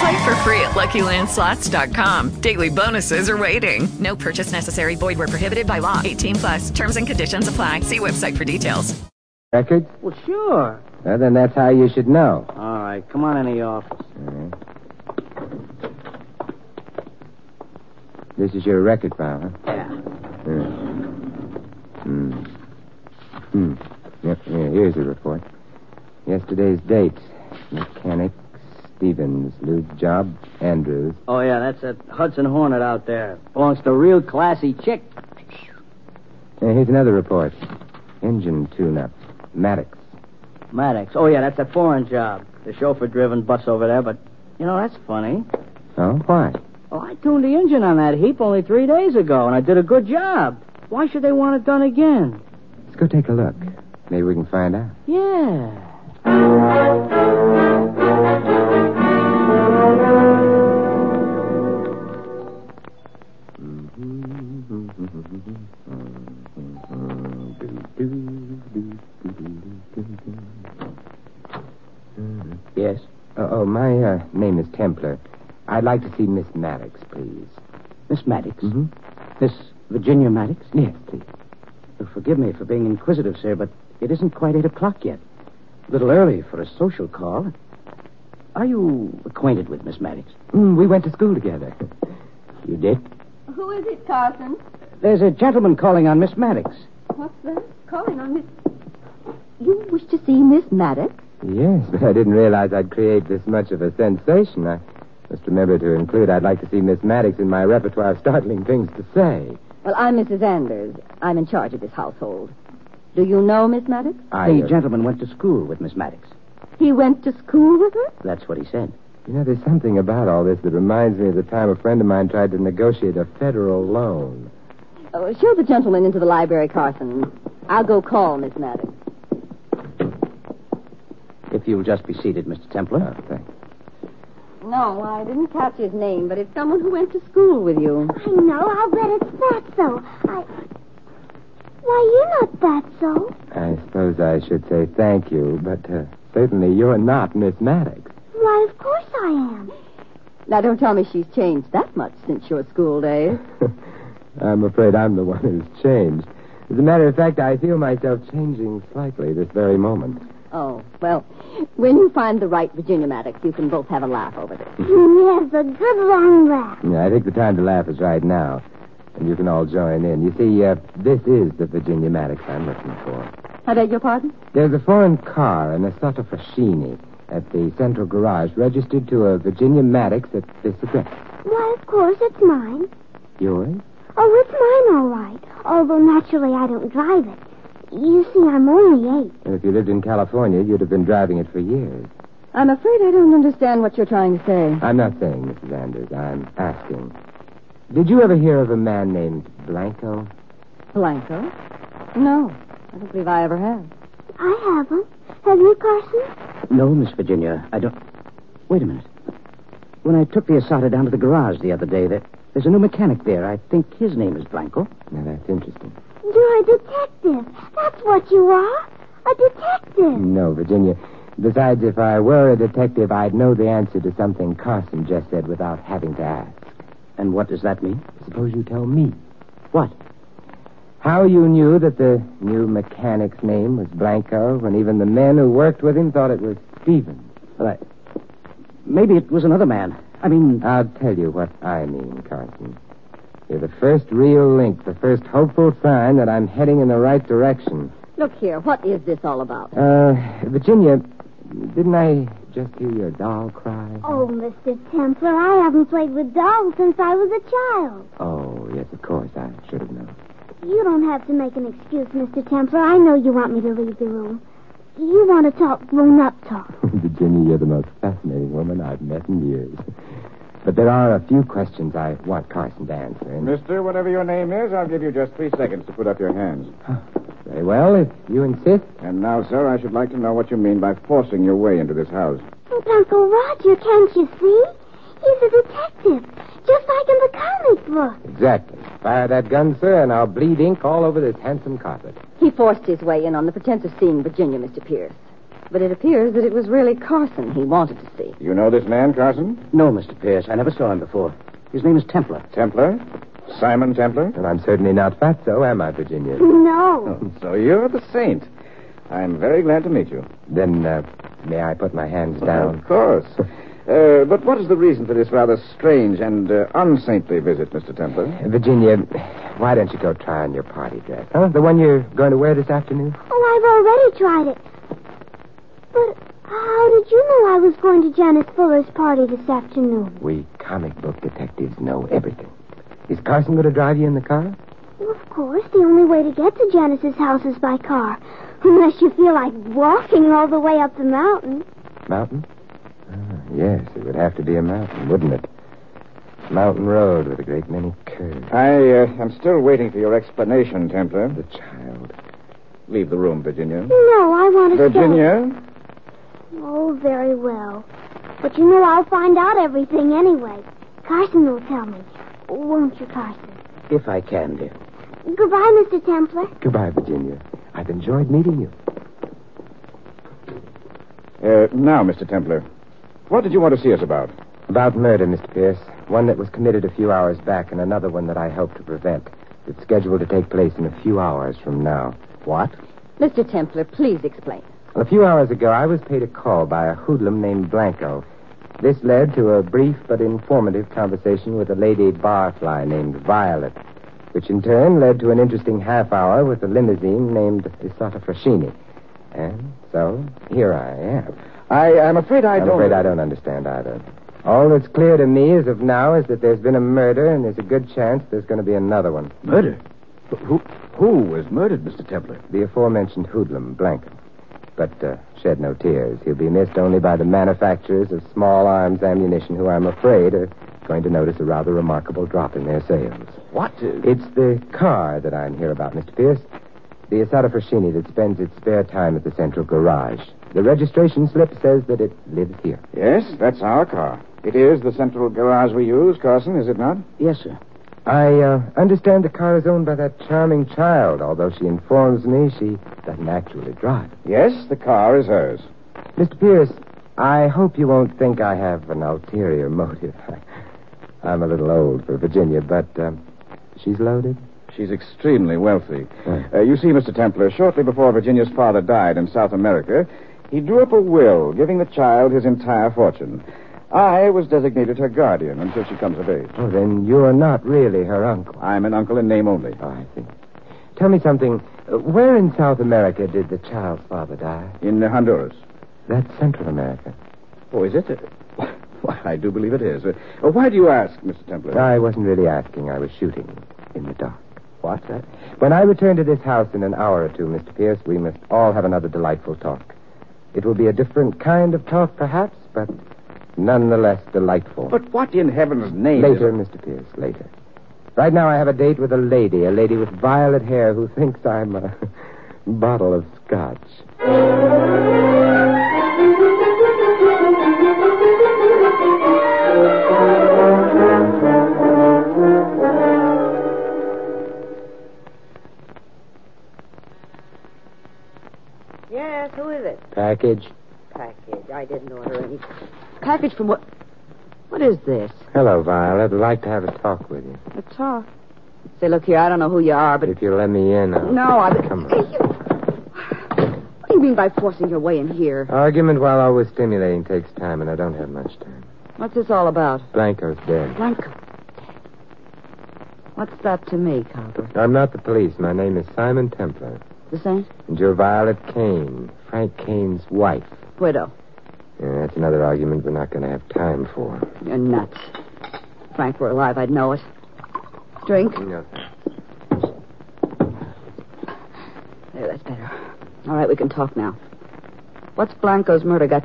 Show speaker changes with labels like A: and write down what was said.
A: Play for free at LuckyLandSlots.com. Daily bonuses are waiting. No purchase necessary. Void were prohibited by law. 18 plus. Terms and conditions apply. See website for details.
B: Records?
C: Well, sure.
B: Well, then that's how you should know.
C: All right, come on in the office.
B: This is your record file, huh?
C: Yeah.
B: Hmm. Yep, here- here's the report. Yesterday's date. Mechanic, Stevens, Lou Job, Andrews.
C: Oh, yeah, that's that Hudson Hornet out there. Belongs to a real classy chick.
B: Uh, here's another report. Engine tune-up. Maddox.
C: Maddox. Oh, yeah, that's that foreign job. The chauffeur driven bus over there, but, you know, that's funny.
B: Oh, why?
C: Oh, I tuned the engine on that heap only three days ago, and I did a good job. Why should they want it done again?
B: Let's go take a look. Maybe we can find out.
C: Yeah.
B: Yes. Oh, oh my uh, name is Templar. I'd like to see Miss Maddox, please.
C: Miss Maddox.
B: Mhm.
C: Miss Virginia Maddox?
B: Yes, please.
C: Uh, Forgive me for being inquisitive, sir, but it isn't quite eight o'clock yet. A little early for a social call. Are you acquainted with Miss Maddox?
B: Mm, we went to school together. You did?
D: Who is it, Carson?
C: There's a gentleman calling on Miss Maddox.
D: What's that? Calling on Miss. You wish to see Miss Maddox?
B: Yes, but I didn't realize I'd create this much of a sensation. I must remember to include I'd like to see Miss Maddox in my repertoire of startling things to say.
D: Well, I'm Mrs. Anders. I'm in charge of this household. Do you know Miss Maddox?
B: I,
C: The
B: uh,
C: gentleman went to school with Miss Maddox.
D: He went to school with her?
C: That's what he said.
B: You know, there's something about all this that reminds me of the time a friend of mine tried to negotiate a federal loan.
D: Oh, show the gentleman into the library, Carson. I'll go call Miss Maddox.
C: If you'll just be seated, Mr. Templar.
B: Oh, thanks.
D: No, I didn't catch his name, but it's someone who went to school with you.
E: I know. I'll bet it's that so. I. Why, you're not that so.
B: I suppose I should say thank you, but uh, certainly you're not Miss Maddox.
E: Why, of course I am.
D: Now, don't tell me she's changed that much since your school days.
B: I'm afraid I'm the one who's changed. As a matter of fact, I feel myself changing slightly this very moment.
D: Oh, well, when you find the right Virginia Maddox, you can both have a laugh over this.
E: Yes, a good long laugh.
B: Yeah, I think the time to laugh is right now. And you can all join in. You see, uh, this is the Virginia Maddox I'm looking for.
D: I beg your pardon?
B: There's a foreign car, an Assetto Fraschini, at the central garage registered to a Virginia Maddox at this address.
E: Why, of course, it's mine.
B: Yours?
E: Oh, it's mine, all right. Although, naturally, I don't drive it. You see, I'm only eight.
B: And if you lived in California, you'd have been driving it for years.
D: I'm afraid I don't understand what you're trying to say.
B: I'm not saying, Mrs. Anders. I'm asking. Did you ever hear of a man named Blanco?
D: Blanco? No, I don't believe I ever have.
E: I haven't. Have you, Carson?
C: No, Miss Virginia, I don't. Wait a minute. When I took the Asada down to the garage the other day, there, there's a new mechanic there. I think his name is Blanco.
B: Now, that's interesting.
E: You're a detective. That's what you are. A detective.
B: No, Virginia. Besides, if I were a detective, I'd know the answer to something Carson just said without having to ask.
C: And what does that mean?
B: Suppose you tell me.
C: What?
B: How you knew that the new mechanic's name was Blanco when even the men who worked with him thought it was Stevens.
C: Well, I... Maybe it was another man. I mean,
B: I'll tell you what I mean, Carson. You're the first real link, the first hopeful sign that I'm heading in the right direction.
D: Look here, what is this all about?
B: Uh, Virginia, didn't I just hear your doll cry?
E: Oh, Mr. Templar, I haven't played with dolls since I was a child.
B: Oh, yes, of course. I should have known.
E: You don't have to make an excuse, Mr. Templar. I know you want me to leave the room. You want to talk grown up talk.
B: Virginia, you're the most fascinating woman I've met in years. But there are a few questions I want Carson to answer. And
F: Mister, whatever your name is, I'll give you just three seconds to put up your hands.
B: Ah, Very well, if you insist.
F: And now, sir, I should like to know what you mean by forcing your way into this house.
E: But Uncle Roger, can't you see? He's a detective, just like in the comic book.
B: Exactly. Fire that gun, sir, and I'll bleed ink all over this handsome carpet.
D: He forced his way in on the pretense of seeing Virginia, Mr. Pierce. But it appears that it was really Carson he wanted to see.
F: You know this man, Carson?
C: No, Mr. Pierce. I never saw him before. His name is Templar.
F: Templar? Simon Templar?
B: And I'm certainly not fatso, am I, Virginia?
E: No.
F: So you're the saint. I'm very glad to meet you.
B: Then, uh, may I put my hands
F: Of
B: down?
F: course. Uh, but what is the reason for this rather strange and uh, unsaintly visit, Mr. Templar?
B: Virginia, why don't you go try on your party dress? Huh? The one you're going to wear this afternoon?
E: Oh, I've already tried it. But how did you know I was going to Janice Fuller's party this afternoon?
B: We comic book detectives know everything. Is Carson going to drive you in the car?
E: Well, of course, the only way to get to Janice's house is by car. Unless you feel like walking all the way up the mountain.
B: Mountain? Ah, yes, it would have to be a mountain, wouldn't it? Mountain road with a great many curves.
F: I uh, am still waiting for your explanation, Templar. The
B: child.
F: Leave the room, Virginia.
E: No, I want to
F: Virginia?
E: stay. Oh, very well. But you know I'll find out everything anyway. Carson will tell me. Won't you, Carson?
C: If I can, dear.
E: Goodbye, Mr. Templar.
B: Goodbye, Virginia. I've enjoyed meeting you.
F: Uh, now, Mr. Templar, what did you want to see us about?
B: About murder, Mr. Pierce. One that was committed a few hours back and another one that I helped to prevent. It's scheduled to take place in a few hours from now. What?
D: Mr. Templar, please explain.
B: Well, a few hours ago, I was paid a call by a hoodlum named Blanco. This led to a brief but informative conversation with a lady barfly named Violet, which in turn led to an interesting half hour with a limousine named Isata Frascini. And so, here I am.
F: I, I'm afraid I
B: I'm
F: don't.
B: afraid I don't understand either. All that's clear to me as of now is that there's been a murder, and there's a good chance there's going to be another one.
F: Murder? Who, who was murdered, Mr. Templar?
B: The aforementioned hoodlum, Blanco. But uh, shed no tears. He'll be missed only by the manufacturers of small arms ammunition, who I'm afraid are going to notice a rather remarkable drop in their sales.
F: What?
B: It's the car that I'm here about, Mr. Pierce. The Asada Frascini that spends its spare time at the central garage. The registration slip says that it lives here.
F: Yes, that's our car. It is the central garage we use, Carson, is it not?
C: Yes, sir.
B: I uh, understand the car is owned by that charming child, although she informs me she doesn't actually drive.
F: Yes, the car is hers.
B: Mr. Pierce, I hope you won't think I have an ulterior motive. I'm a little old for Virginia, but um, she's loaded.
F: She's extremely wealthy. Uh, you see, Mr. Templar, shortly before Virginia's father died in South America, he drew up a will giving the child his entire fortune. I was designated her guardian until she comes of age.
B: Oh, then you're not really her uncle.
F: I'm an uncle in name only.
B: Oh, I see. Tell me something. Uh, Where in South America did the child's father die?
F: In Honduras.
B: That's Central America.
F: Oh, is it? Why, I do believe it is. Uh, why do you ask, Mr. Templar?
B: I wasn't really asking. I was shooting in the dark.
F: What? Uh,
B: When I return to this house in an hour or two, Mr. Pierce, we must all have another delightful talk. It will be a different kind of talk, perhaps, but nonetheless delightful.
F: But what in heaven's name? is-
B: later, Mr. Pierce, later. Right now, I have a date with a lady, a lady with violet hair who thinks I'm a bottle of scotch.
D: Yes, who is it?
B: Package.
D: Package. I didn't order any. Package from what? What is this?
B: Hello, Violet. I'd like to have a talk with you.
D: A talk. Say, look here, I don't know who you are, but.
B: If you'll let me in, I'll...
D: No, I.
B: Come
D: Hey,
B: on.
D: you- What do you mean by forcing your way in here?
B: Argument, while always stimulating, takes time, and I don't have much time.
D: What's this all about?
B: Blanco's dead.
D: Blanco. What's that to me, Copper?
B: I'm not the police. My name is Simon Templar.
D: The saint?
B: And your Violet Kane, Frank Kane's wife.
D: Widow.
B: Yeah, that's another argument we're not going to have time for.
D: You're nuts. If Frank were alive, I'd know it. Drink?
B: No.
D: There, that's better. All right, we can talk now. What's Blanco's murder got